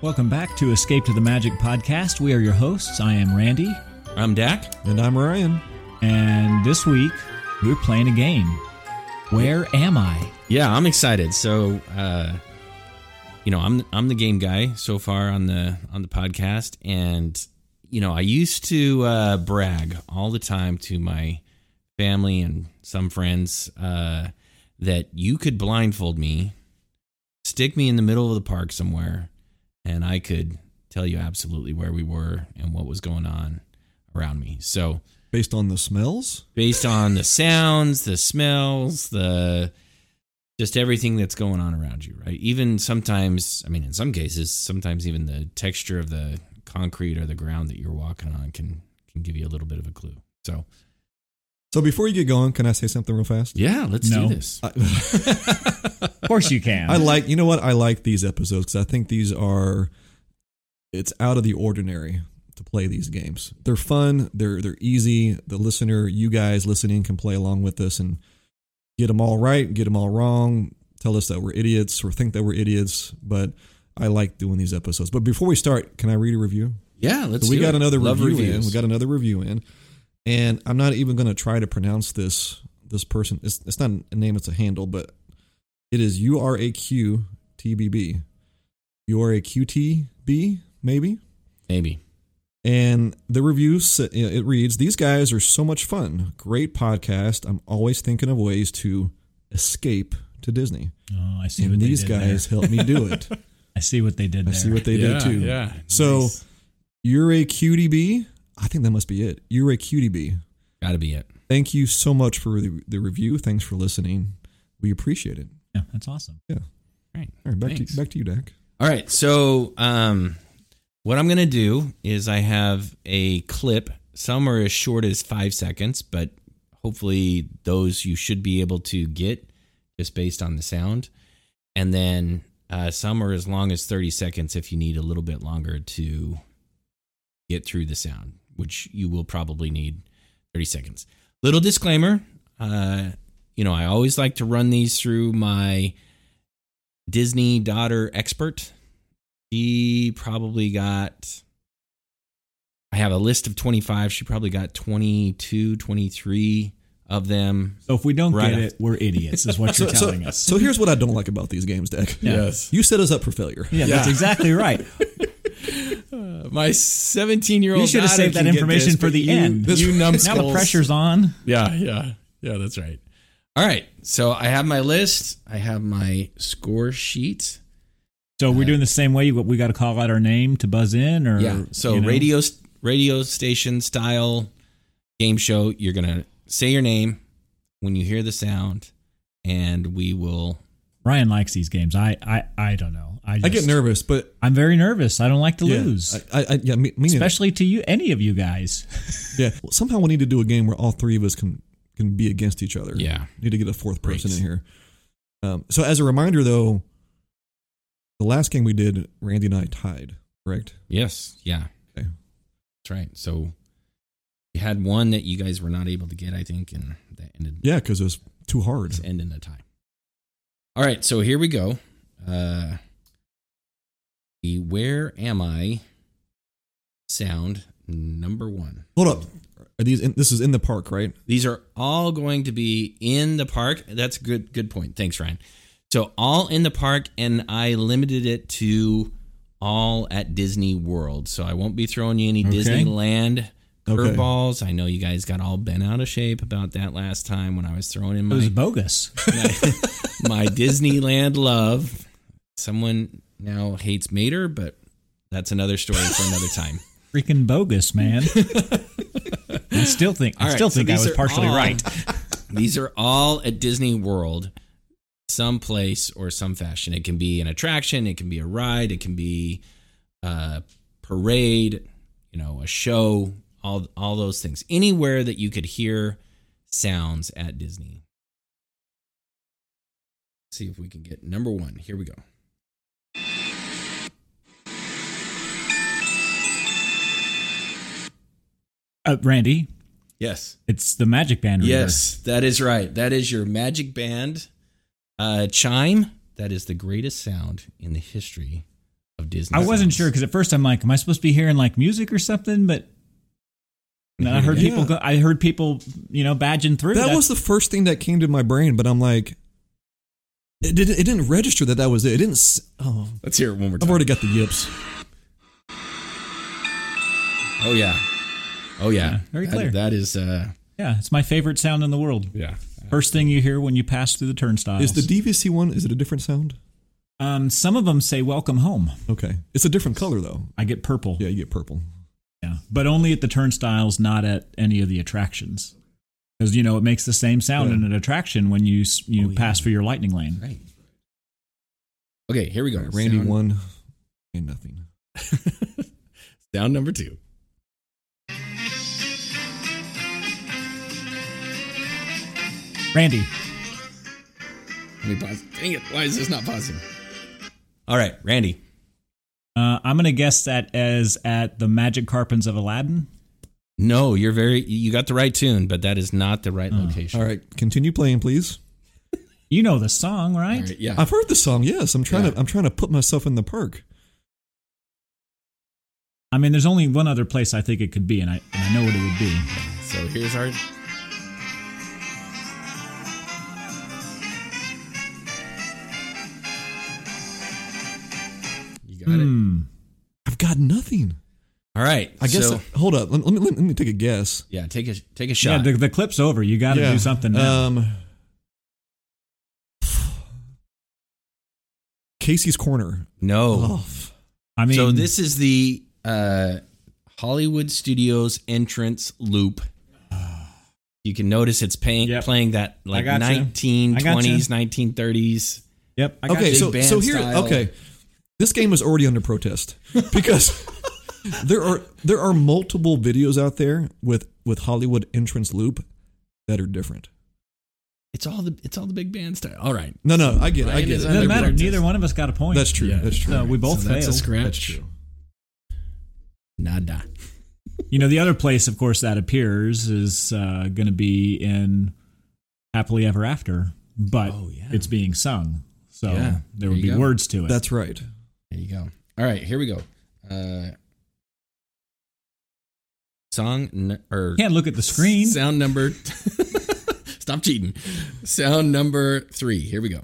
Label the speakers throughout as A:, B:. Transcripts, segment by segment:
A: Welcome back to Escape to the Magic podcast. We are your hosts. I am Randy,
B: I'm Dak.
C: And I'm Ryan.
A: and this week we're playing a game. Where am I?
B: Yeah, I'm excited. So, uh, you know, I'm I'm the game guy so far on the on the podcast, and you know, I used to uh, brag all the time to my family and some friends uh, that you could blindfold me, stick me in the middle of the park somewhere, and I could tell you absolutely where we were and what was going on around me. So,
C: Based on the smells?
B: based on the sounds, the smells, the just everything that's going on around you, right? Even sometimes, I mean, in some cases, sometimes even the texture of the concrete or the ground that you're walking on can can give you a little bit of a clue. So,
C: So before you get going, can I say something real fast?
B: yeah, let's
A: No.
B: do this.
A: Of course you can.
C: I like, you know what? I like these episodes because I think these are, it's out of the ordinary to play these games. They're fun. They're they're easy. The listener, you guys listening, can play along with us and get them all right, get them all wrong. Tell us that we're idiots or think that we're idiots. But I like doing these episodes. But before we start, can I read a review?
B: Yeah, let's.
C: So we
B: do
C: got
B: it.
C: another
B: Love
C: review in.
B: reviews.
C: We got another review in, and I'm not even going to try to pronounce this this person. It's, it's not a name; it's a handle, but it is U R A Q T B B, U R A Q T B maybe.
B: maybe.
C: And the review s- it reads: These guys are so much fun. Great podcast. I'm always thinking of ways to escape to Disney,
A: oh, I see what
C: and
A: they
C: these
A: did
C: guys
A: there.
C: help me do it.
A: I see what they did
C: I
A: there.
C: see what they
B: yeah,
C: did too.
B: Yeah.
C: So
B: Nice.
C: you're a cutie bee. I think that must be it. You're a cutie bee.
B: gotta be it.
C: thank you so much for the, the review. Thanks for listening. We appreciate it.
A: yeah, that's awesome.
B: Right.
C: All right, back
B: Thanks.
C: to back to you, Dak.
B: All right. So, um, what I'm going to do is I have a clip. Some are as short as five seconds, but hopefully those you should be able to get just based on the sound. And then uh, some are as long as 30 seconds if you need a little bit longer to get through the sound, which you will probably need 30 seconds. Little disclaimer. Uh, you know, I always like to run these through my Disney daughter expert. She probably got, I have a list of 25. She probably got 22, 23 of them.
A: So if we don't
B: Right.
A: get it, we're idiots, is what you're telling us.
C: So here's what I don't like about these games, Dak.
A: Yes.
C: You set us up for failure.
A: yeah, that's exactly right.
B: My 17 year old
A: You should have saved that information for the end.
B: You
A: now the
B: numbskulls.
A: pressure's on.
B: Yeah, yeah, yeah. That's right. All right. So I have my list. I have my score sheet.
A: So we're doing the same way. We got to call out our name to buzz in, or
B: Yeah. So
A: you know?
B: radio radio station style game show. You're gonna say your name when you hear the sound, and we will.
A: Ryan likes these games. I I, I don't know. I, just,
C: I get nervous, but
A: I'm very nervous. I don't like to
C: yeah,
A: lose,
C: I, I, I- yeah, me, me neither.
A: especially to you, any of you guys.
C: Yeah. Well, somehow we need to do a game where all three of us can can be against each other.
B: Yeah.
C: Need to get a fourth person
B: Great.
C: in here. Um, so as a reminder, though, the last game we did, Randy and I tied. Correct.
B: Yes. Yeah.
C: Okay.
B: That's right. So you had one that you guys were not able to get, I think, and that ended
C: Yeah, because it was too hard.
B: end in a tie. All right, so here we go. Uh, the where am I sound number one.
C: Hold up. Are these? In, this is in the park, right?
B: These are all going to be in the park. That's a good. Good point. Thanks, Ryan. So all in the park, and I limited it to all at Disney World. So I won't be throwing you any
A: Okay.
B: Disneyland
C: Okay.
B: curveballs. I know you guys got all bent out of shape about that last time when I was throwing in
A: It
B: my
A: was bogus.
B: my Disneyland love. Someone now hates Mater, but that's another story for another time.
A: Freaking bogus, man. I still think I
B: All right,
A: still
B: so
A: think I
B: these
A: was
B: are
A: partially
B: all-
A: right.
B: These are all at Disney World, someplace or some fashion. It can be an attraction, it can be a ride, it can be a parade, you know, a show, all all those things. Anywhere that you could hear sounds at Disney. see if we can get number one. Here we go.
A: Uh, Randy,
B: Yes.
A: it's the Magic Band. reader.
B: Yes, that is right. That is your magic band uh, chime. That is the greatest sound in the history of of Disney.
A: I wasn't
B: songs.
A: sure because at first I'm like, am I supposed to be hearing like music or something? But and then I heard
C: Yeah.
A: people. Go, I heard people, you know, badging through.
C: That
A: That's-
C: was the first thing that came to my brain, but I'm like, it didn't. It didn't register that that was it. It didn't. s- Oh,
B: Let's hear it one more
C: I've
B: time.
C: already got the yips.
B: oh yeah, oh yeah,
A: Yeah, very
B: That-
A: clear.
B: that is uh,
A: yeah. It's my favorite sound in the world.
B: yeah.
A: First thing you hear when you pass through the turnstiles.
C: Is the DVC one? Is it a different sound?
A: um, some of them say "Welcome home."
C: Okay, it's a different color though.
A: I get purple.
C: Yeah, you get purple.
A: Yeah, but only at the turnstiles, not at any of the attractions, because you know it makes the same sound
C: Yeah.
A: in an attraction when you s- you
B: Oh, yeah.
A: pass through your lightning lane.
B: Right. Okay, here we go.
C: All right, Randy
B: Sound-
C: one and nothing.
B: Sound number two.
A: Randy,
B: Let me pause. Dang it! Why is this not pausing? All right, Randy.
A: uh, I'm gonna guess that as at the Magic Carpets of Aladdin.
B: No, you're very. You got the right tune, but that is not the right location.
C: All right, continue playing, please.
A: You know the song,
B: All
A: right?
B: right, yeah.
C: I've heard the song. Yes, I'm trying
B: Yeah.
C: to. I'm trying to put myself in the park.
A: I mean, there's only one other place I think it could be, and I and I know what it would be.
B: So here's our. You got it.
A: Hmm.
C: I've got nothing.
B: All right.
C: I guess.
B: so-
C: hold up. Let, let me let, me take a guess.
B: yeah. Take a take a
A: Yeah,
B: shot. Uh,
A: the, the clip's over. You got to do something now.
C: Um, Casey's Corner.
B: no.
C: Oh,
A: I mean,
B: so this is the uh, Hollywood Studios entrance loop. You can notice it's paying,
A: Yep.
B: playing that like
A: gotcha. I
B: 1920s,
A: gotcha.
B: 1930s.
A: Yep. I got
C: okay,
A: you.
C: so
B: band
C: so here.
B: style.
C: Okay, this game is already under protest because there are there are multiple videos out there with with Hollywood entrance loop that are different.
B: It's all the it's all the big band style. All right.
C: No, no, I get it. I
B: Ryan
C: get
B: is
A: It
C: it.
A: doesn't
B: Under
A: matter.
B: protest.
A: Neither one of us got a point.
C: That's true. That's true.
A: So we both
B: so that's a
A: failed.
B: scratch.
C: That's true.
B: Nada.
A: You know, the other place, of course, that appears is uh, going to be in Happily Ever After, but
B: Oh, yeah.
A: it's being sung. So
B: Yeah. There
A: there would
B: you
A: be
B: go.
A: words to it.
C: That's right.
B: There you go. All right, here we go. Uh, song n- or
A: you can't look at the screen.
B: sound number. Stop cheating. Sound number three. Here we go.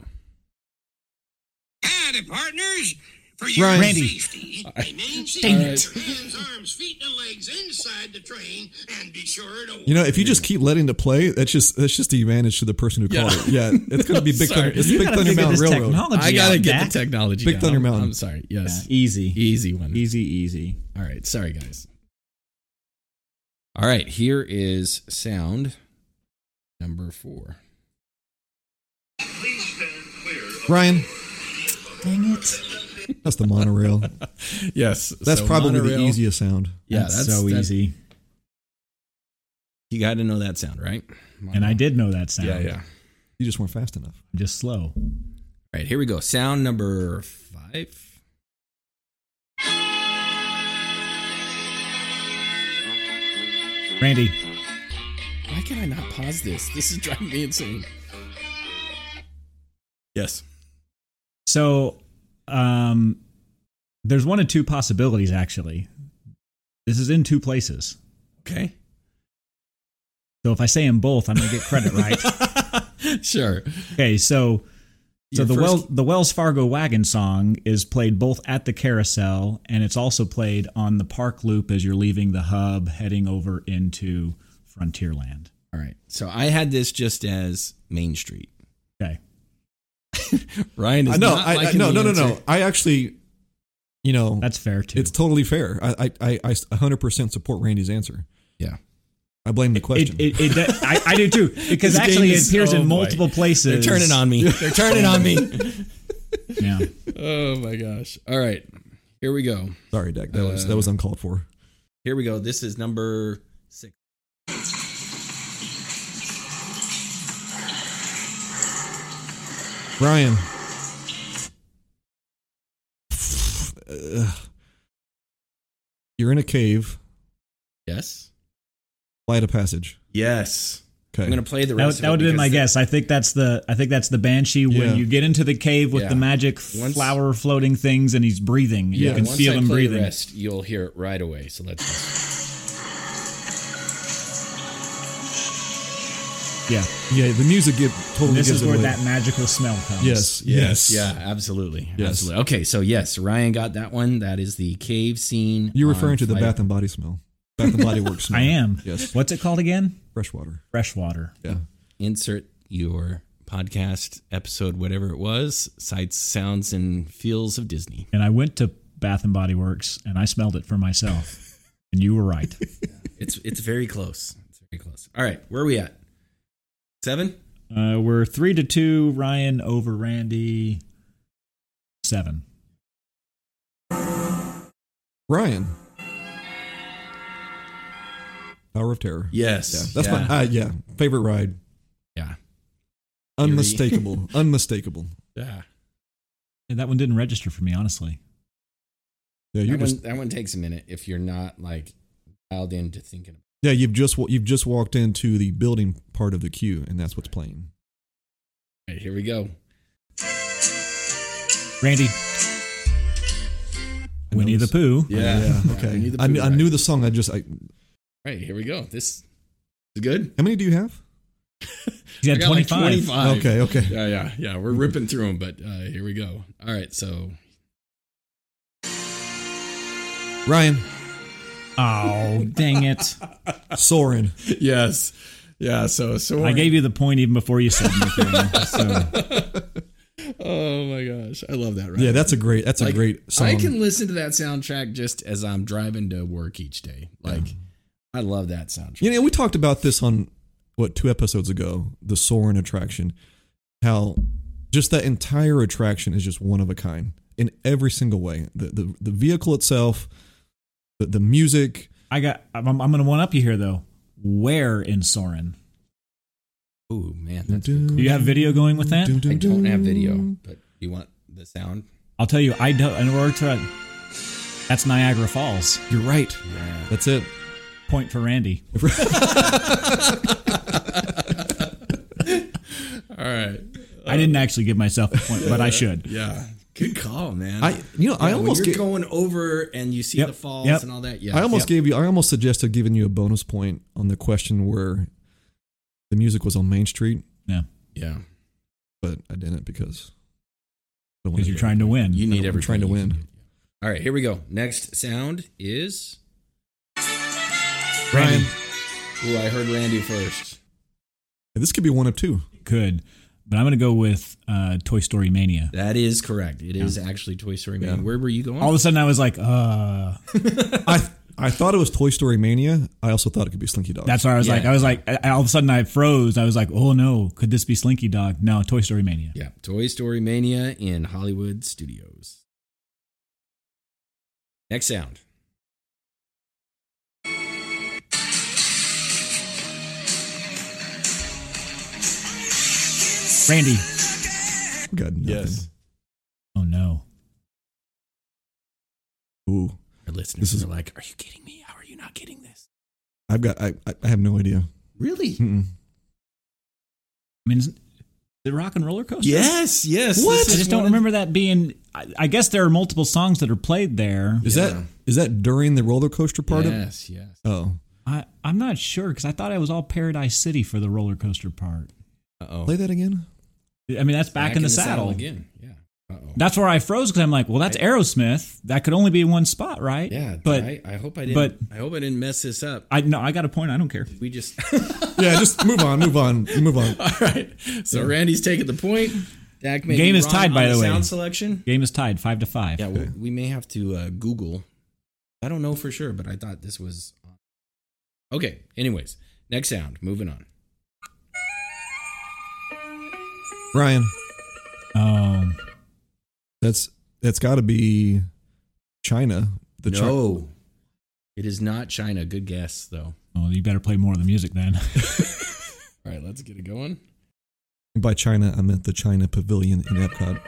D: Howdy, partners. For your
C: Ryan.
A: Randy.
D: safety, remain seated.
A: Dang
B: it.
D: Hands, arms, feet, and legs inside the train, and be sure to.
C: You know, if you just keep letting it play, that's just that's just the advantage to the person who called
B: Yeah.
C: it. Yeah, it's gonna be Big
B: Sorry.
C: Thunder. It's
A: You
C: Big
A: gotta
C: Thunder
A: figure
C: Mountain
A: this
C: Railroad.
A: technology
B: I
A: out,
B: gotta get
A: Dak.
B: the technology.
C: Big
B: down.
C: Thunder
B: I'm-
C: Mountain.
B: I'm sorry. Yes.
A: Yeah, easy.
B: Easy one.
A: Easy, easy.
B: All right. Sorry, guys. All right. Here is sound number four.
C: Ryan,
A: Dang it.
C: that's the monorail.
B: Yes.
C: That's
B: so
C: probably the
B: monorail-
C: easiest sound.
B: Yeah,
A: that's,
B: that's
A: so
B: that-
A: easy.
B: You got to know that sound, right?
A: And I did know that sound.
B: Yeah, yeah.
C: You just weren't fast enough.
A: Just slow.
B: All right, here we go. Sound number five.
A: Randy,
B: Why can I not pause this? This is driving me insane. Yes.
A: So, um, there's one of two possibilities actually. This is in two places.
B: Okay.
A: So if I say in both, I'm gonna get credit right.
B: Sure.
A: okay, so so
B: Your
A: the
B: first-
A: well the Wells Fargo wagon song is played both at the carousel and it's also played on the park loop as you're leaving the hub heading over into Frontierland.
B: All right. So I had this just as Main Street.
A: Okay.
B: Ryan is
C: I know.
B: not
C: I, I
B: liking
C: no,
B: the
C: no, no, no.
B: answer.
C: I actually, you know,
A: E That's fair too.
C: it's totally fair. I, I, I, I hundred percent support Randy's answer.
B: Yeah.
C: I blame the question.
A: it, it, it, I, I do too because
B: This
A: actually
B: game
A: it
B: is-
A: appears
B: oh,
A: in
B: boy.
A: multiple places.
B: They're turning on me. They're turning on me.
A: Yeah.
B: oh my gosh. All right. Here we go.
C: Sorry, Deck. That was that
A: Uh.
C: was uncalled for.
B: Here we go. This is number six.
C: Ryan. You're in a cave.
B: Yes.
C: Light a passage.
B: Yes.
C: Okay.
B: I'm gonna play the
A: That,
B: rest.
A: would- that would have been my
B: guess.
A: guess. I think that's the I think that's the banshee
C: Yeah.
A: when you get into the cave with
B: Yeah.
A: the magic
B: Once-
A: flower floating things and he's breathing.
C: Yeah,
A: you can
B: once
A: feel
B: I
A: him
B: play
A: breathing.
B: The rest, you'll hear it right away. So let's. Just,
A: Yeah,
C: Yeah, the music give, totally
A: this
C: gives
A: is
C: it
A: where
C: away.
A: that magical smell comes.
C: Yes, yes,
B: yeah, absolutely.
C: Yes.
B: Absolutely. Okay, so yes, Ryan got that one. That is the cave scene.
C: You're
B: on
C: referring to the
B: Flight-
C: Bath and Body smell. Bath and Body Works. Smell.
A: I am.
C: Yes,
A: What's it called again?
C: freshwater.
A: Freshwater.
C: Yeah,
E: Insert your podcast episode, whatever it was, sights, sounds, and feels of Disney.
A: And I went to Bath and Body Works and I smelled it for myself. and you were right.
B: It's it's very close. It's very close. All right, where are we at? Seven.
A: Uh, we're three to two. Ryan over Randy. Seven.
C: Ryan. Tower of Terror. Yeah,
B: Yes.
C: that's
B: yeah.
C: my uh, yeah favorite ride.
B: Yeah.
C: Unmistakable, unmistakable.
B: Yeah.
A: Yeah, that one didn't register for me, honestly.
C: Yeah, you
B: That, one,
C: just
B: that one takes a minute if you're not like dialed into thinking. about
C: yeah you've just wa- you've just walked into the building part of the queue, and that's what's playing.
B: All right, here we go.
A: Randy.
C: I
A: Winnie the
C: noticed.
A: Pooh.
C: Yeah, okay.
B: we need the
C: I, knew, I
B: food,
C: knew
B: right?
C: the song. I just I,
B: All right, here we go. This is good.
C: how many do you have?
A: He
B: I
A: had
B: got like
A: 25.
B: 25.
C: Okay, okay.
B: Yeah, yeah, yeah. We're ripping through them, but uh, here we go. All right, so
C: Ryan
A: Oh, dang it.
C: Soren.
B: yes, yeah. So so
A: I gave you the point even before you said anything. so.
B: Oh my gosh, I love that. Right?
C: Yeah, that's a great that's a
B: Like,
C: great song.
B: I can listen to that soundtrack just as I'm driving to work each day. Like, I love that soundtrack.
C: You know, we talked about this on what two episodes ago, the Soren attraction. How just that entire attraction is just one of a kind in every single way. The the, the vehicle itself, the, the music.
A: I got. I'm, I'm going to one up you here though. Where in Soren?
B: Oh man, that's
A: Do you have video going with that?
B: I don't have video, but you want the sound?
A: I'll tell you. I don't. In order to, that's Niagara Falls.
C: You're right. That's it.
A: Point for Randy.
B: All right.
A: I didn't actually give myself a point, but I should.
B: Yeah. Good call, man.
C: I you know I
B: Yeah,
C: almost
B: when you're
C: ga-
B: going over and you see
A: Yep,
B: the falls
A: yep.
B: and all that. Yeah.
C: I almost gave you I almost suggested giving you a bonus point on the question where the music was on Main Street,
A: Yeah,
B: yeah.
C: but I didn't because I don't wanna
A: because you're
C: do it.
A: trying to win.
B: You need
C: I'm
B: every
C: trying to
B: point you
C: win.
B: can get. All right, here we go. Next sound is
C: Ryan.
B: Ooh, I heard Randy first.
C: This could be one of two.
A: Could, but I'm going to go with uh, Toy Story Mania.
B: That is correct. It is actually Toy Story Man. Where were you going?
A: All of a sudden, I was like, uh,
C: I I thought it was Toy Story Mania. I also thought it could be Slinky Dog.
A: that's where I was
B: Yeah.
A: like, I was like, I- all of a sudden, I froze. I was like, oh no, could this be Slinky Dog? No, Toy Story Mania.
B: yeah, Toy Story Mania in Hollywood Studios. Next sound.
A: Randy.
C: Got nothing.
A: Oh no.
C: Ooh,
B: Our listeners
C: This is-
B: are like, "Are you kidding me? How are you not getting this?"
C: I've got. I I- I have no idea.
B: Really?
C: Mm-mm.
A: I mean, isn't- the Rock and Roller Coaster.
E: Yes, yes.
A: I
E: What?
A: just don't remember that being. I, I guess there are multiple songs that are played there.
C: Is that
B: Yeah.
C: is that during the roller coaster part of?
B: yes, yes.
C: Oh,
A: I, I'm not sure because I thought it was all Paradise City for the roller coaster part.
B: Uh-oh.
C: play that again.
A: I mean, that's back, in the, saddle.
B: again. Yeah. Uh-oh.
A: That's where I froze because I'm like, well, that's Aerosmith. That could only be one spot, right?
B: Yeah,
A: but
B: I, I hope I didn't
A: but-
B: I hope I didn't mess this up.
A: I no, I got a point. I don't care.
B: We just
C: Yeah, just move on, move on, move on.
B: All right. So Randy's taking the point. Dak may
A: Game
B: be
A: is
B: wrong
A: tied,
B: on
A: by the way.
B: Sound selection.
A: Game is tied five to five.
B: Yeah, we, we may have to uh, Google. I don't know for sure, but I thought this was. Okay. Anyways, next sound. Moving on.
C: Ryan,
A: Um,
C: that's that's got to be China. The Chi-
B: no, it is not China. Good guess though.
A: well, you better play more of the music then.
B: All right, let's get it going.
C: by China, I meant the China Pavilion in Epcot.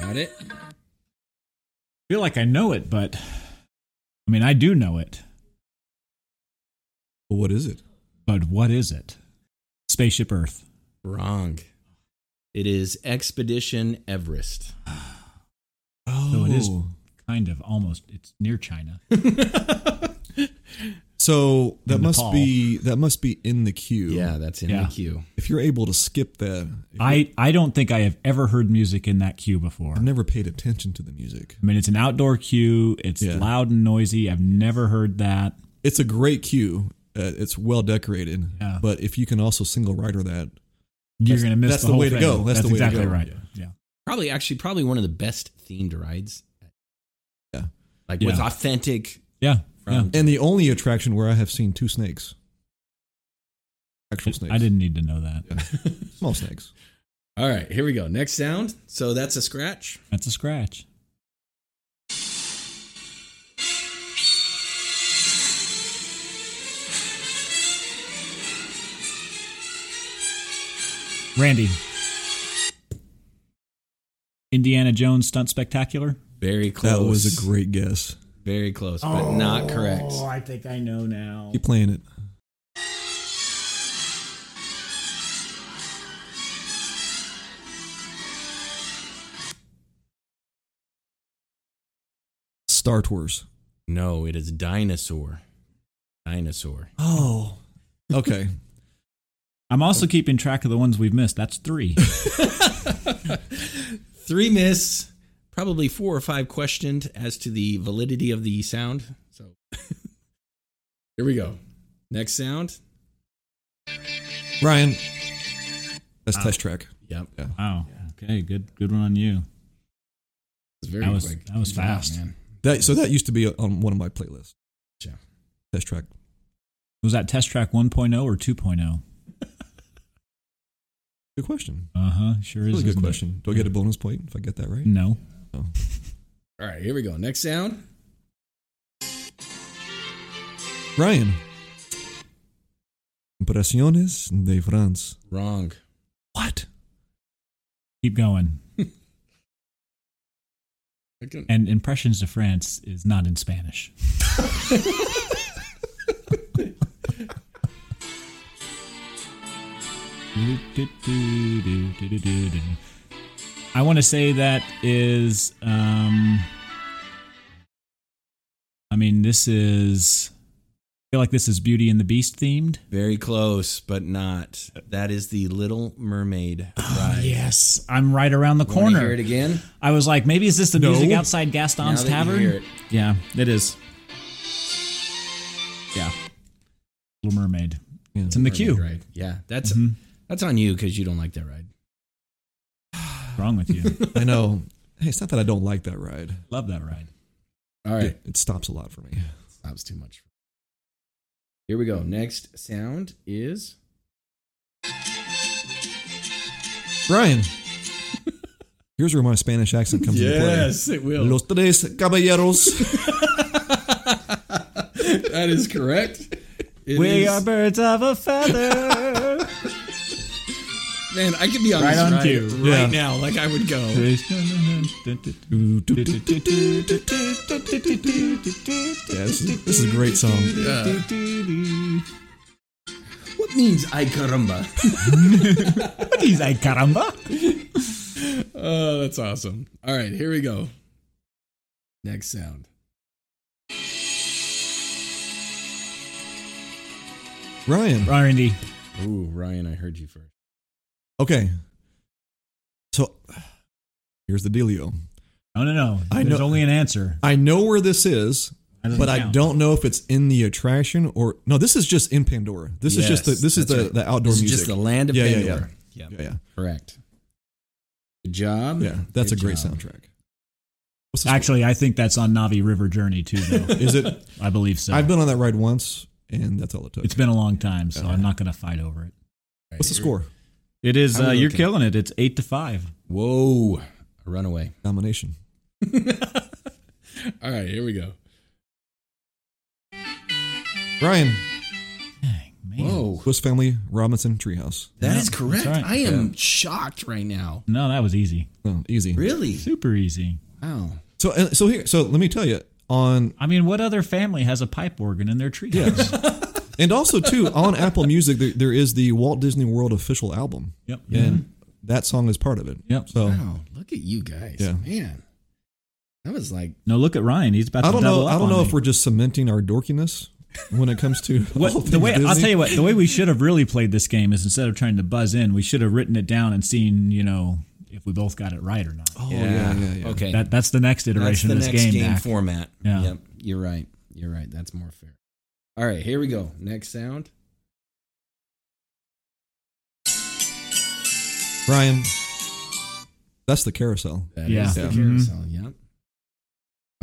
F: Got it?
A: feel like I know it, but I mean, I do know it,
C: Well, what is it?
A: but what is it? Spaceship Earth.
B: Wrong.
F: It is Expedition Everest.
C: Oh,
A: So it is kind of almost, it's near China.
C: So that
A: In
C: must
A: Nepal.
C: be that must be in the queue.
F: Yeah, that's in
A: Yeah.
F: the queue.
C: If you're able to skip that, if you're-
A: I, I don't think I have ever heard music in that queue before.
C: I've never paid attention to the music.
A: I mean, it's an outdoor queue. It's
C: Yeah.
A: loud and noisy. I've never heard that.
C: It's a great queue. Uh, it's well decorated.
A: Yeah.
C: But if you can also single rider that,
A: You're
C: That's-
A: going to miss
C: that's
A: the
C: the
A: whole
C: way to
A: thing.
C: go. That's the way to
A: exactly
C: go.
A: right. Yeah.
B: Probably actually probably one of the best themed rides.
C: Yeah.
B: Like
A: Yeah.
B: with authentic
A: Yeah.
B: From-
A: yeah.
C: and the only attraction where I have seen two snakes, actual snakes,
A: I didn't need to know that.
C: small snakes.
F: All right, here we go. Next sound. So that's a scratch.
A: That's a scratch. Randy. Indiana Jones stunt spectacular.
F: Very close.
C: That was a great guess.
F: very close, but not correct.
A: Oh, I think I know now.
C: Keep playing it. Star Tours.
B: No, it is dinosaur. Dinosaur.
C: Oh. Okay.
A: I'm also keeping track of the ones we've missed. That's three.
B: Three miss, probably four or five questioned as to the validity of the sound.
F: So here we go. Next sound.
C: Ryan. That's test track.
F: Yep.
A: Wow. Okay. Good. Good one on you.
F: It's very
A: That was-
F: quick.
A: that was
F: Good job,
A: fast.
F: man.
C: That so that used to be on one of my playlists.
F: Yeah.
C: Test track.
A: Was that test track 1.0 or oh? 2.0?
C: Good question.
A: Uh huh. Sure
C: Really
A: is.
C: good
A: isn't it?
C: question. Do I get a bonus point if I get that right?
A: No.
F: All right, here we go. Next sound.
C: Ryan. Impresiones de France.
F: Wrong.
C: What?
A: Keep going.
F: I can-
A: And impressions to France is not in Spanish. I want to say that is. Um, I mean, this is. I feel like this is Beauty and the Beast themed.
B: Very close, but not. That is the Little Mermaid ride.
A: Yes, I'm right around the
F: You wanna
A: corner.
F: Hear it again.
A: I was like, maybe is this the
C: No.
A: music outside Gaston's
F: Now that you
A: Tavern?
F: hear it.
A: Yeah, it is. Yeah. Little Mermaid.
C: Yeah.
A: It's in the queue.
F: Right. Yeah. That's
C: Mm-hmm.
A: Mhm.
F: that's on you because you don't like that ride.
A: What's wrong with you?
C: I know. Hey, it's not that I don't like that ride.
A: Love that ride.
F: All right.
C: It, it stops a lot for me.
F: Stops too much. Here we go. Next sound is
C: Ryan. Here's where my Spanish accent comes
F: it
C: into play. Los tres caballeros.
F: that is correct. It
A: we
F: is-
A: are birds of a feather.
F: man. I could be on
A: Right
F: this
A: on
F: ride
A: cue.
F: right
C: Yeah.
F: now. Like I would go.
C: Yeah, this, is, this is a great song.
F: What means I caramba?
A: He's like, caramba.
F: Oh, that's awesome. All right, here we go. Next sound.
C: Ryan.
A: Randy.
F: Ooh, Ryan, I heard you first.
C: Okay. So here's the dealio.
A: No, no, no.
C: I
A: There's
C: know-
A: only an answer.
C: I know where this is,
A: That doesn't
C: but I
A: count.
C: don't know if it's in the attraction or no. This is just in Pandora. This is just the
F: Yes,
C: this is
F: that's
C: the,
F: right.
C: the outdoor
F: This is
C: music.
F: just the land of
C: Yeah, yeah,
F: Pandora. Yeah,
C: yeah, yeah,
F: correct. Good job.
C: yeah. That's
F: Good
C: a great
F: job.
C: soundtrack. What's this
A: Actually, I think that's on Navi River Journey too, though.
C: one? is it?
A: I believe so.
C: I've been on that ride once, and that's all it took.
A: It's been a long time, so I'm not going to fight over it.
F: All right,
C: What's the
F: here-
C: score?
A: It is.
F: I'm
A: Uh, you're
F: looking.
A: killing it. It's eight to five.
F: Whoa, a runaway.
C: Nomination.
F: All right, here we go.
C: Ryan,
A: Dang man.
B: Whoa.
C: Swiss Family Robinson Treehouse.
B: that
A: Yeah,
B: is correct.
A: that's right.
B: I am shocked right now.
A: No, that was easy.
C: Oh, easy.
B: Really?
A: Super easy.
B: Wow.
C: So uh, so here so let me tell you on
A: I mean, what other family has a pipe organ in their treehouse?
C: and also too on Apple Music there, there is the Walt Disney World official album
A: yep.
C: and that song is part of it.
A: Yep.
C: So
B: Wow. Look at you guys.
C: Yeah.
B: Man. That was like
A: No, look at Ryan. He's about
C: I
A: to
C: don't
A: double
C: know
A: up
C: I don't
A: on
C: know
A: me.
C: if we're just cementing our dorkiness when it comes to all
A: What,
C: things
A: the way I'll
C: Disney.
A: tell you what the way we should have really played this game is instead of trying to buzz in, we should have written it down and seen you know if we both got it right or not.
C: Oh yeah, yeah, yeah.
B: Okay.
A: That that's the next
G: That's
A: iteration
G: the
A: of this
G: next
A: game.
G: game,
A: Dak.
G: format.
A: yeah.
B: Yep. You're right. You're right. That's more fair. All right. Here we go. Next sound.
C: Brian that's the carousel.
B: That is
A: Yeah.
B: the
A: Yeah.
B: carousel. Yep.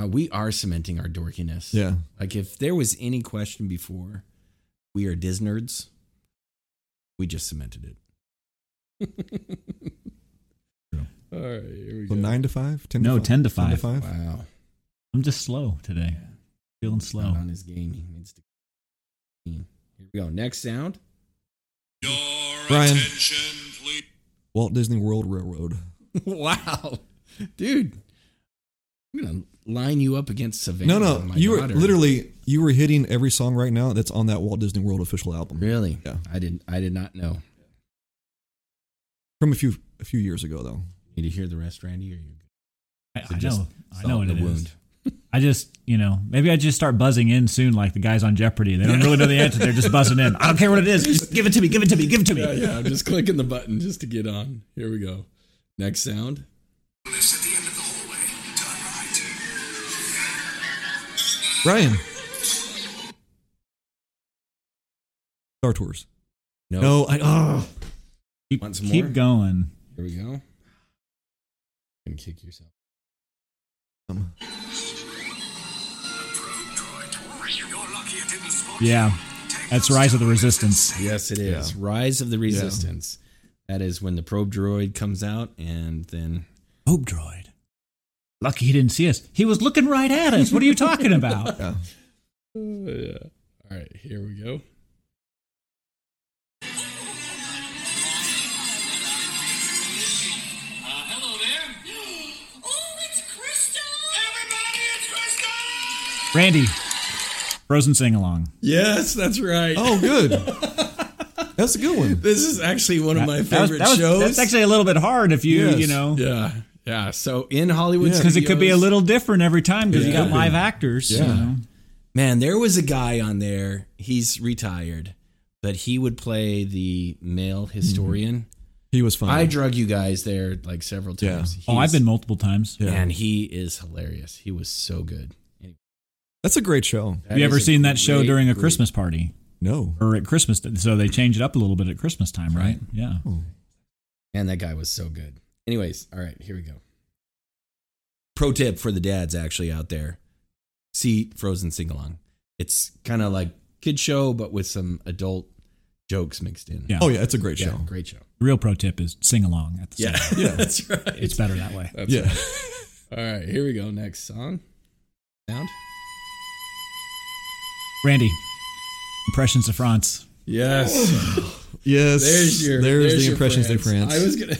B: Uh, we are cementing our dorkiness.
C: Yeah.
G: Like if there was any question before, we are Disnerds. We just cemented it.
B: All right. Here we
C: So
B: go.
C: 9 to 5, 10
A: No,
C: to 5.
A: 10 to five.
C: 5.
B: Wow.
A: I'm just slow today, feeling slow.
B: Not on his game. He needs to. Here we go. Next sound.
D: Your
C: Brian.
D: attention, please.
C: Walt Disney World Railroad.
B: wow, dude. I'm gonna line you up against Savannah.
C: No, no,
B: my
C: you were
B: daughter.
C: literally you were hitting every song right now that's on that Walt Disney World official album
B: Really?
C: Yeah.
B: I didn't. I did not know.
C: from a few a few years ago though.
B: Need to hear the rest, Randy, or you?
A: I,
B: So
A: I
B: just
A: know, I
B: salt
A: know what
B: the
A: it is.
B: wound.
A: I just, you know, maybe I just start buzzing in soon, like the guys on Jeopardy. They don't really know the answer; they're just buzzing in. I don't care what it is. Just give it to me. Give it to me. Give it to me.
B: Yeah, yeah. I'm just clicking the button just to get on. Here we go. Next sound.
D: It's at the end of the hallway. Turn right.
C: Ryan. Star Tours.
B: No.
C: No, I oh,
A: Keep,
B: Want some
A: keep
B: more?
A: going.
B: Here we go. And kick yourself.
D: You're lucky it didn't spot
A: Yeah, that's Rise of the Resistance.
D: Uh,
B: Yes, it is. Rise of the Resistance. That is when the probe droid comes out, and then
A: Probe droid. Lucky he didn't see us. He was looking right at us. What are you talking about?
C: yeah.
B: Oh, yeah. All right, here we go.
D: Uh, hello there. oh, it's Crystal! Everybody, it's Crystal!
A: Randy, Frozen sing along.
B: Yes, that's right.
C: Oh, good. That's a good one.
B: this is actually one of my favorite shows.
A: That's actually a little bit hard if you,
C: Yes.
A: you know,
B: yeah, yeah. So in Hollywood,
A: because it could be a
B: studios-
A: little different every time because you
B: Yeah.
A: got live actors. You
B: Yeah.
A: know?
G: Man, there was a guy on there. He's retired, but he would play the male
A: Mm-hmm.
G: historian.
C: He was fun.
B: I drug you guys there like several
C: Uh-huh. Yeah.
B: times.
A: Oh, I've
B: He's-
A: been multiple times.
C: Yeah.
G: And
B: And he is hilarious. He was so good.
C: That's a great show.
A: Have you ever seen that show during a Christmas party
C: No.
A: or at Christmas? So they change it up a little bit at Christmas time, right? Yeah.
C: Oh.
B: And that guy was so good. Anyways, all right, here we go.
G: Pro tip for the dads actually out there. See Frozen Sing Along. It's kind of like
B: Kid show, but with some adult jokes mixed in.
A: Yeah.
C: Oh yeah, it's a great
B: Yeah,
C: show.
B: great show.
A: The real pro tip is sing along at the same. time.
B: that's right.
A: It's better that way.
B: That's
C: Yeah.
B: right. All right, here we go. Next song. Sound?
A: Randy, impressions of France.
B: Yes.
C: Yes.
B: There's your
C: there's, the
B: your
C: impressions
B: France.
C: they France.
B: I was gonna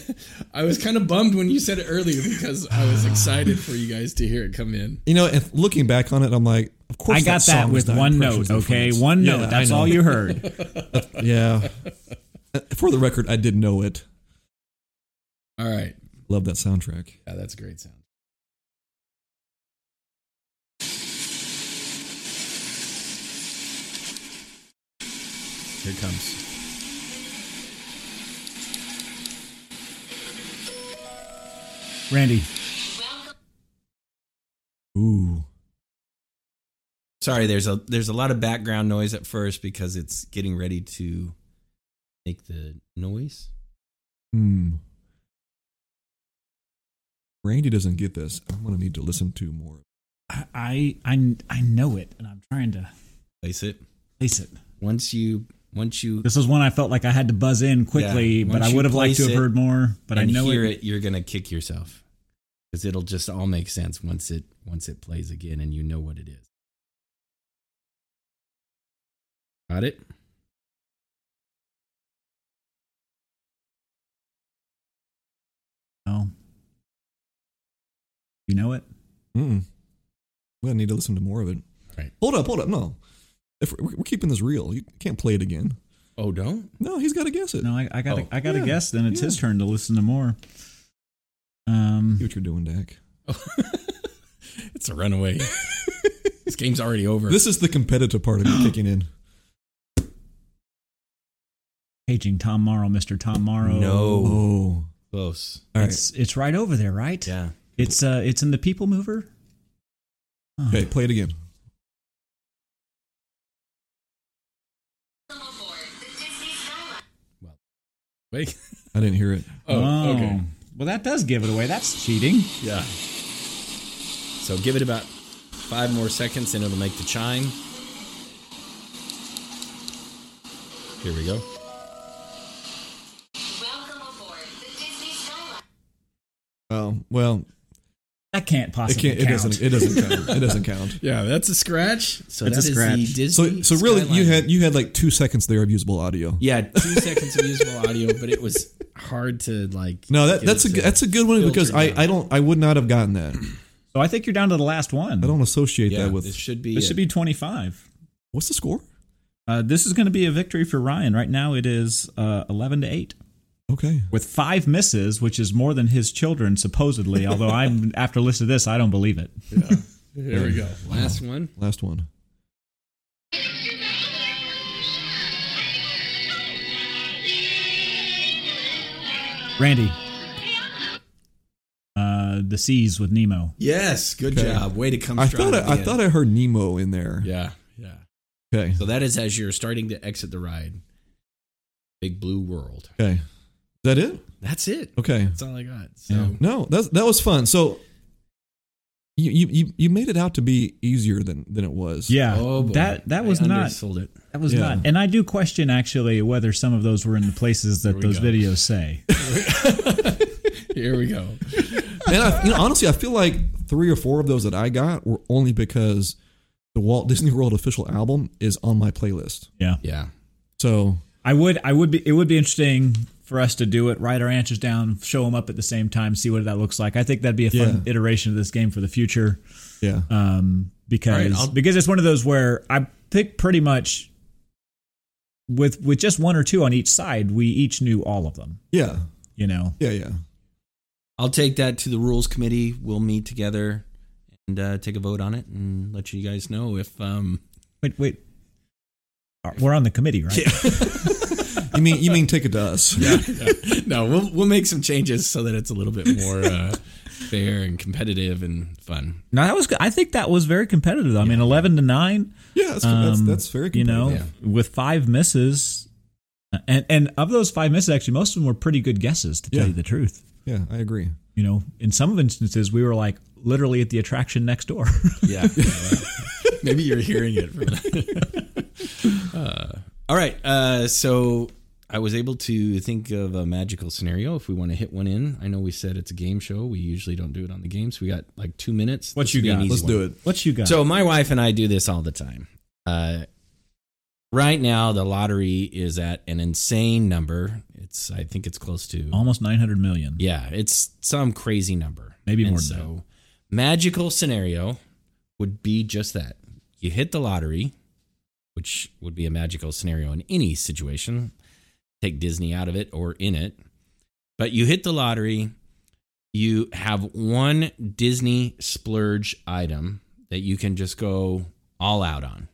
B: I was kind of bummed when you said it earlier because I was excited for you guys to hear it come in.
C: you know, if looking back on it, I'm like, of course.
A: I got that
C: song was
A: with
C: not
A: one
C: Impressions
A: note.
C: of
A: Okay,
C: France.
A: one
C: Yeah,
A: note.
C: I
A: That's
C: know.
A: all you heard.
C: Yeah. Uh, For the record, I did know it.
B: All right.
C: Love that soundtrack.
B: Yeah, that's a great sound. Here it comes.
A: Randy,
C: Ooh.
G: sorry, there's a there's a lot of background noise at first because it's getting ready to make the noise.
C: Hmm. Randy doesn't get this. I'm gonna need to listen to more.
A: I, I I I know it, and I'm trying to
G: Place it.
A: place it.
G: Once you once you
A: This is one I felt like I had to buzz in quickly,
G: Yeah,
A: but
G: once
A: I
G: you
A: would have liked to
G: place
A: have
G: it
A: heard more. But I
G: and
A: know
G: hear
A: it.
G: it, you're gonna kick yourself because it'll just all make sense once it once it plays again and you know what it is.
B: Got it?
A: Oh. You know it?
C: Mm. We need to listen to more of it.
F: Right.
C: Hold up, hold up. No, if we're, we're keeping this real, you can't play it again.
F: Oh, don't.
C: No, he's got to guess it.
A: No, I, I got to
F: Oh,
A: I got to
C: yeah,
A: guess. Then it's
C: yeah.
A: his turn to listen to more.
C: See
A: Um,
C: what you're doing, Dak.
F: It's a runaway. this game's already over.
C: This is the competitive part of you kicking in.
A: paging Tom Morrow, Mr. Tom Morrow.
B: No.
C: Oh,
F: close.
C: all right.
A: it's it's right over there, right?
B: Yeah.
A: It's uh, it's in the People Mover.
C: Okay, Oh. play it again.
F: Wait.
C: I didn't hear it.
F: Oh, okay.
A: Well, that does give it away. That's cheating.
F: Yeah. So give it about five more seconds and it'll make the chime. Here we go.
C: Oh well,
A: That can't
C: it
A: possibly
C: can't. It
A: count.
C: doesn't. It doesn't count. It doesn't count.
F: Yeah, that's a scratch. So
A: That's
F: that's
A: a scratch.
F: the
C: So,
F: Disney.
C: so really, you
F: Skyliner.
C: had you had like two seconds there of usable audio.
B: Yeah.
F: two seconds of usable audio, but it was hard to like.
C: No, that,
F: get
C: that's a
F: it to-
C: that's a good one
F: filter
C: because I,
F: down.
C: I don't I would not have gotten that.
A: So I think you're down to the last one.
C: I don't associate
F: yeah.
C: that with
F: It should be.
A: This should be 25.
C: what's the score?
A: Uh, this is going to be a victory for Ryan. Right now, it is uh, 11 to 8
C: Okay,
A: with five misses, which is more than his children supposedly. although I'm after listening to this, I don't believe it.
F: There we go. Last one.
C: last one.
A: Randy, uh, the seas with Nemo.
F: Yes. Good
C: Okay.
F: job. Way to come.
C: I
F: strong
C: thought
F: at
C: I,
F: the
C: I
F: end.
C: thought I heard Nemo in there.
F: Yeah. Yeah.
C: Okay,
F: So that is as you're starting to exit the ride. Big blue world.
C: okay, is that it?
F: That's it.
C: Okay,
F: That's all I got. So
A: Yeah.
C: no, that that was fun. So you you you- you made it out to be easier than than it was.
A: Yeah,
F: Oh, boy.
A: that that was
F: I
A: not
F: undersold it.
A: that was
C: Yeah.
A: not. And I do question actually whether some of those were in the places that
F: we
A: those
F: go.
A: videos say.
F: Here we go.
C: and I, you know, honestly, I feel like three or four of those that I got were only because the Walt Disney World official album is on my playlist.
A: yeah,
F: Yeah.
C: So
A: I would I would be it would be interesting for us to do it. Write our answers down, show them up at the same time, see what that looks like. I think that'd be a fun
C: Yeah.
A: iteration of this game for the future.
C: yeah,
A: um, because
F: All right, I'll-
A: because it's one of those where I pick pretty much with with just one or two on each side. We each knew all of them,
C: yeah,
A: you know.
C: yeah, yeah.
B: I'll take that to the rules committee. We'll meet together and uh, take a vote on it and let you guys know if um
A: Wait, wait, we're on the committee, right?
C: You mean you mean take it to us? Yeah.
F: No, we'll we'll make some changes so that it's a little bit more uh, fair and competitive and fun.
A: No, that was. good. I think that was very competitive. though. I mean, eleven to nine.
C: Yeah, that's, that's,
A: um,
C: that's very
A: You know,
C: competitive.
A: with five misses, uh, and and of those five misses, actually, most of them were pretty good guesses. To tell
C: Yeah.
A: you the truth,
C: Yeah, I agree.
A: you know, in some instances, we were like literally at the attraction next door.
B: yeah.
F: Maybe you're hearing it from. uh, all right. Uh, so I was able to think of a magical scenario if we want to hit one in. I know we said it's a game show. We usually don't do it on the games. We got like two minutes.
A: What
F: This
A: you
F: will be an
A: got?
F: easy
C: Let's
F: one.
C: do it.
A: what you got?
B: So my wife and I do this all the time. Uh, right now, the lottery is at an insane number. It's I think it's close to
A: almost nine hundred million.
B: yeah, it's some crazy number,
A: Maybe more than
B: Magical scenario would be just that: you hit the lottery, which would be a magical scenario in any situation. Take Disney out of it or in it, but you hit the lottery. You have one Disney splurge item that you can just go all out on,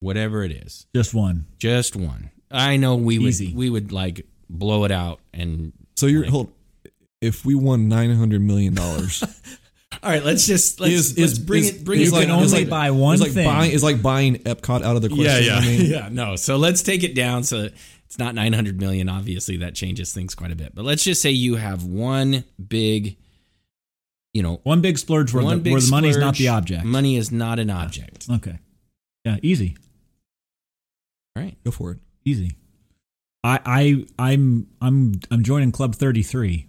B: whatever it is.
A: Just one.
B: Just one. I know we would
A: Easy.
B: we would like blow it out and
C: So you're hold. If we won nine hundred million dollars,
B: All right, let's just let's,
C: is
B: let's
C: is
B: bring
C: is-
B: it bring it
C: is
A: like-
B: down.
A: only
C: is
A: buy one
C: is like
A: thing.
C: Buying, is like buying Epcot out of the question. I mean,
B: yeah. No, so let's take it down. So it's not 900 million. Obviously, that changes things quite a bit. But let's just say you have one big, you know,
A: One big splurge where,
B: one
A: the,
B: big
A: where the money's not
B: splurge.
A: the object.
B: Money is not an object.
A: Okay. Yeah, easy, Oh.
B: All right.
C: Go for it.
A: easy. I, I, I'm, I'm, I'm joining Club Thirty Three.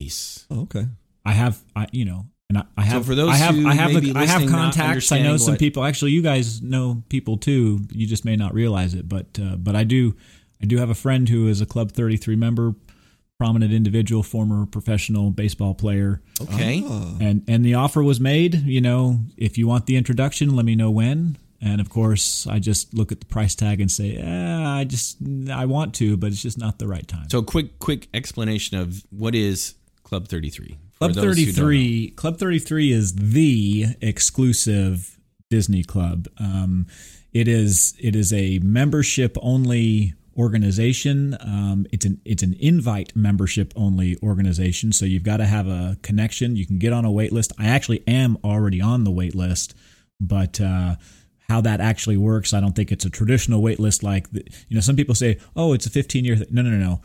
B: Peace.
C: Oh, okay.
A: I have, I, you know, and I, I
B: So
A: have,
B: for those
A: I have,
B: who
A: I have,
B: may
A: the,
B: be
A: I have
B: listening, not
A: contacts. I know
B: understanding
A: some
B: what-
A: people. Actually, you guys know people too. You just may not realize it, but, uh, but I do, I do have a friend who is a Club Thirty Three member, prominent individual, former professional baseball player.
B: Okay.
A: And and the offer was made, you know, if you want the introduction, let me know when. And of course, I just look at the price tag and say, eh, I just I want to, but it's just not the right time.
B: So quick quick explanation of what is Club 33. for
A: Club
B: those who don't
A: 33 Club 33 is the exclusive Disney club. Um, it is it is a membership only organization. Um, it's an it's an invite membership only organization, so you've got to have a connection. You can get on a wait list. I actually am already on the wait list, but uh how that actually works, I don't think it's a traditional wait list like the, you know some people say, "Oh, it's a 15-year th-. No, no, no, no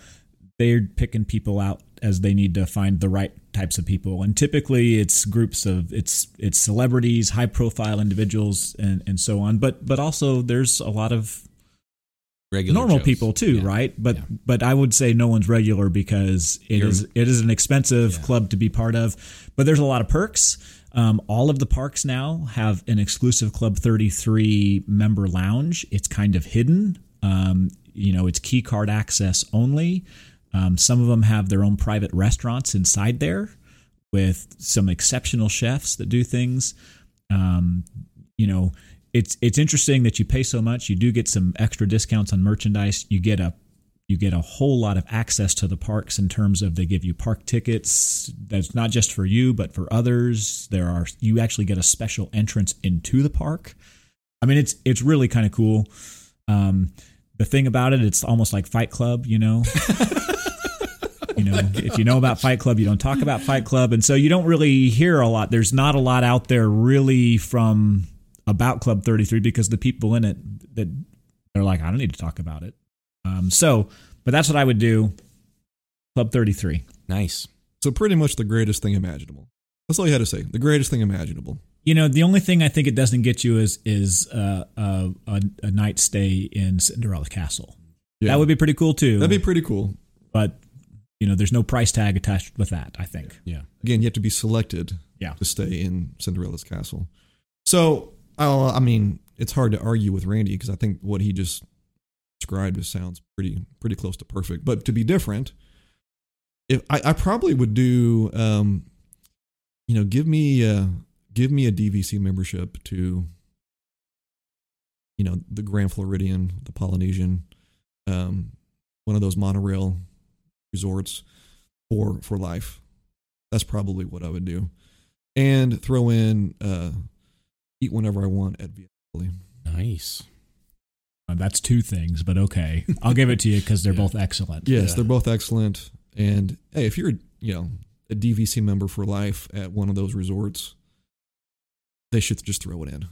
A: they're picking people out as they need to find the right types of people and typically it's groups of it's it's celebrities high profile individuals and and so on but but also there's a lot of
B: know. Regular
A: normal
B: Joes.
A: people too
B: Yeah.
A: right but
B: Yeah.
A: but i would say no one's regular because it is
B: You're-
A: it is an expensive club to be part of but there's a lot of perks um, all of the parks now have an exclusive club 33 member lounge it's kind of hidden um, you know it's key card access only um, some of them have their own private restaurants inside there with some exceptional chefs that do things um, you know it's it's interesting that you pay so much you do get some extra discounts on merchandise you get a you get a whole lot of access to the parks in terms of they give you park tickets that's not just for you but for others there are you actually get a special entrance into the park i mean it's it's really kind of cool um the thing about it it's almost like fight club you know you know if you know about fight club you don't talk about fight club and so you don't really hear a lot there's not a lot out there really from about club 33 because the people in it that they're like i don't need to talk about it um, so but that's what i would do club 33
B: Nice.
C: So pretty much the greatest thing imaginable. That's all you had to say. The greatest thing imaginable.
A: you know the only thing i think it doesn't get you is is uh, uh, a, a night stay in cinderella castle
C: Yeah.
A: that would be pretty cool too
C: That'd be pretty cool.
A: but you know there's no price tag attached with that i think
B: Yeah.
C: Again, you have to be selected
A: Yeah.
C: to stay in Cinderella's castle. So, I'll, I mean, it's hard to argue with Randy because I think what he just described just sounds pretty pretty close to perfect. But to be different, if I, I probably would do, um, you know, give me uh, give me a DVC membership to, you know, the Grand Floridian, the Polynesian, um, one of those monorail resorts for for life. That's probably what I would do. And throw in uh eat whenever I want at Via Napoli.
B: Nice.
A: Uh, that's two things but okay i'll give it to you because they're both excellent
C: Yes, they're both excellent. And hey, if you're you know a DVC member for life at one of those resorts, they should just throw it in.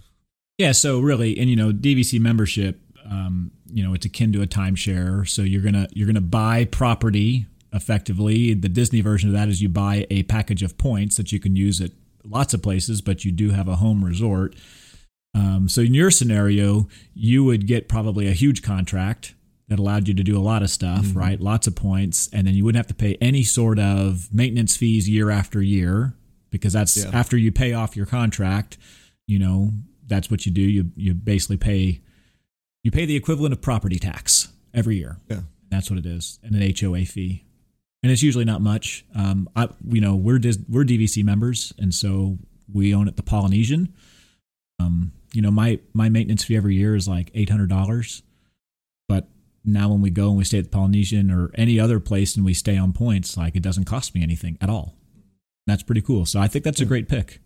A: Yeah, so really, and you know, DVC membership, um, you know, it's akin to a timeshare. So you're gonna you're gonna buy property effectively. The Disney version of that is you buy a package of points that you can use at lots of places, but you do have a home resort. Um, so in your scenario, you would get probably a huge contract that allowed you to do a lot of stuff, right? Lots of points, and then you wouldn't have to pay any sort of maintenance fees year after year because that's
C: Yeah.
A: after you pay off your contract. You know, that's what you do. You you basically pay you pay the equivalent of property tax every year.
C: Yeah.
A: That's what it is, and an HOA fee, and it's usually not much. Um, I you know we're Dis- we're DVC members, and so we own it the Polynesian. Um, you know my my maintenance fee every year is like eight hundred dollars, but now when we go and we stay at the Polynesian or any other place and we stay on points, like it doesn't cost me anything at all. That's pretty cool. So I think that's a great pick.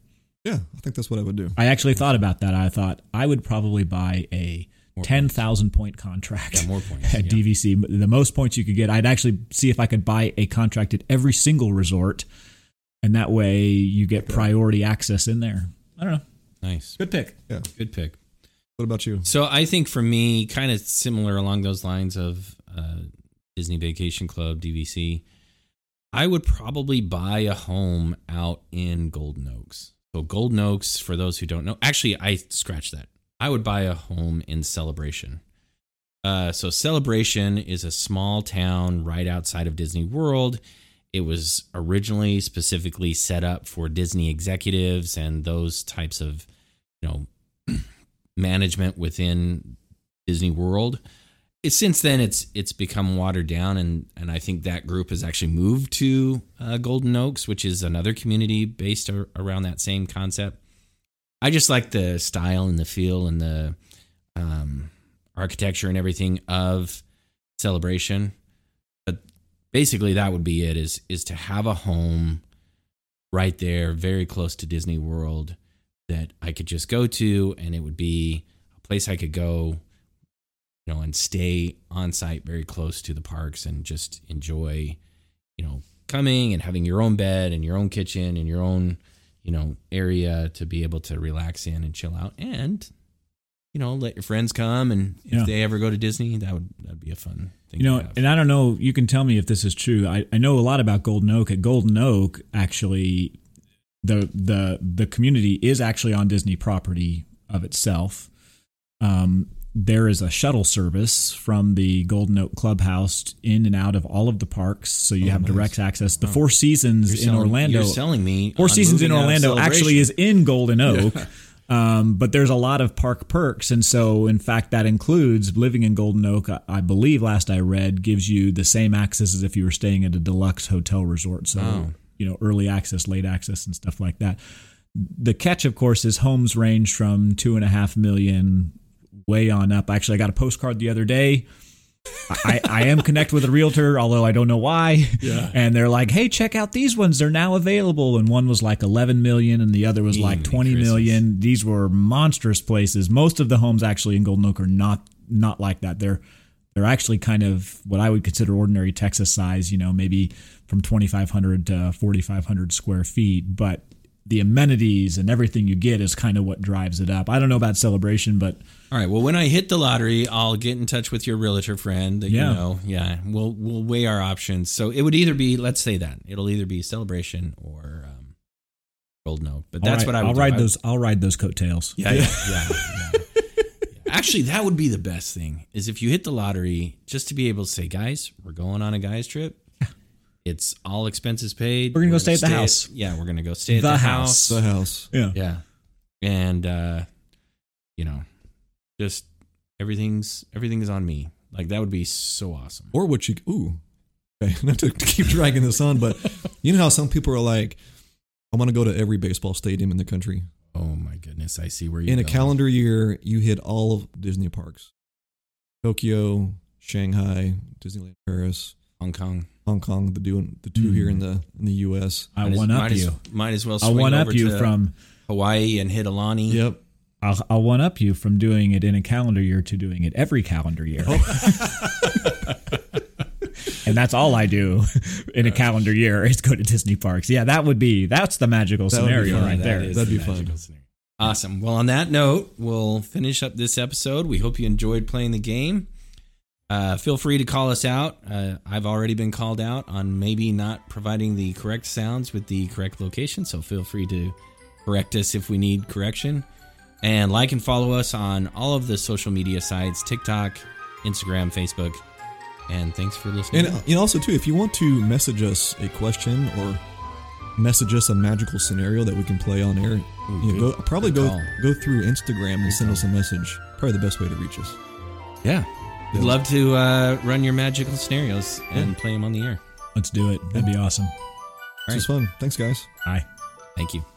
C: Yeah, I think that's what I would do.
A: I actually thought about that. I thought I would probably buy a ten thousand point contract
B: Yeah, more points,
A: at
B: yeah.
A: DVC. The most points you could get, I'd actually see if I could buy a contract at every single resort, and that way you get priority access in there. I don't know.
B: Nice.
A: Good pick.
C: Yeah.
B: Good pick.
C: What about you?
B: So I think for me, kind of similar along those lines of uh, Disney Vacation Club, DVC, I would probably buy a home out in Golden Oaks. So Golden Oaks, for those who don't know, actually I scratched that. I would buy a home in Celebration. Uh, so Celebration is a small town right outside of Disney World. It was originally specifically set up for Disney executives and those types of, you know, management within Disney World. it's since then it's it's become watered down and and I think that group has actually moved to uh, Golden Oaks, which is another community based ar- around that same concept. I just like the style and the feel and the um, architecture and everything of Celebration, but basically that would be it is is to have a home right there, very close to Disney World, that I could just go to, and it would be a place I could go, you know, and stay on site very close to the parks and just enjoy, you know, coming and having your own bed and your own kitchen and your own, you know, area to be able to relax in and chill out and. You know, let your friends come, and if
A: Yeah.
B: they ever go to Disney, that would that'd be a fun thing.
A: You know,
B: to have.
A: and I don't know, you can tell me if this is true. I, I know a lot about Golden Oak. At Golden Oak, actually, the the the community is actually on Disney property of itself. Um, there is a shuttle service from the Golden Oak Clubhouse in and out of all of the parks, so you have direct access. The Four Seasons
B: Oh, You're
A: in
B: selling-
A: Orlando,
B: you're selling me
A: Four
B: on
A: Seasons in
B: moving out of
A: Orlando actually
B: Celebration.
A: is in Golden Oak. Um, but there's a lot of park perks, and so in fact that includes living in Golden Oak. I, I believe last I read gives you the same access as if you were staying at a deluxe hotel resort. So you know early access, late access, and stuff like that. The catch, of course, is homes range from two and a half million way on up. Actually, I got a postcard the other day. I, I am connected with a realtor, although I don't know why. And they're like, hey, check out these ones. They're now available. And one was like 11 million and the other was like twenty million. These were monstrous places. Most of the homes actually in Golden Oak are not, not like that. They're, they're actually kind of what I would consider ordinary Texas size, you know, maybe from 2,500 to 4,500 square feet. But the amenities and everything you get is kind of what drives it up. I don't know about celebration, but
B: All right. Well, when I hit the lottery, I'll get in touch with your realtor friend. That
A: Yeah.
B: You know, yeah. We'll we'll weigh our options. So it would either be, let's say that it'll either be celebration or um, golden oak. But
A: I'll
B: that's
A: ride-
B: what I would
A: I'll
B: do.
A: ride
B: I-
A: those. I'll ride those coattails.
B: Yeah, yeah, yeah. yeah. Actually, that would be the best thing is if you hit the lottery, just to be able to say, guys, we're going on a guys trip. It's all expenses paid.
A: We're gonna go stay at the house."
B: yeah, we're gonna go stay at
A: The
B: the,
A: house.
B: house.
C: The house.
A: Yeah.
B: Yeah. And uh you know, just everything's everything's on me. Like that would be so awesome.
C: Or what you ooh. Okay, not to keep dragging this on, but you know how some people are like, I want to go to every baseball stadium in the country.
B: Oh my goodness, I see where you
C: In a
B: go.
C: calendar year, you hit all of Disney parks. Tokyo, Shanghai, Disneyland Paris,
B: Hong Kong.
C: Hong Kong, the do the two
B: Hmm.
C: here in the in the US.
A: I
B: Might as-
A: one
B: might
A: up
B: as-
A: you.
B: might as well
A: I
B: swing
A: one up
B: over
A: you
B: to
A: from.
B: Hawaii and hit Alani.
C: Yep.
A: I'll, I'll one up you from doing it in a calendar year to doing it every calendar year.
B: Oh.
A: and that's all I do in a calendar year is go to Disney parks. Yeah, that would be that's the magical
C: That would be
A: scenario
C: fun.
A: right
B: That
A: there.
B: is
C: That'd
B: the
C: be fun.
B: magical scenario. Awesome. Well, on that note, we'll finish up this episode. We hope you enjoyed playing the game. Uh, feel free to call us out. Uh, I've already been called out on maybe not providing the correct sounds with the correct location, so feel free to correct us if we need correction. And like and follow us on all of the social media sites TikTok, Instagram, Facebook. And uh, thanks for listening.
C: And and also too, if you want to message us a question or message us a magical scenario that we can play on air, you know, go, probably
B: good
C: go
B: call.
C: go through Instagram and send us a message. Probably the best way to reach us.
B: yeah. We'd love to uh, run your magical scenarios and play them on the air.
A: Let's do it. That'd be awesome.
C: This was fun. Thanks, guys.
A: Bye.
B: Thank you.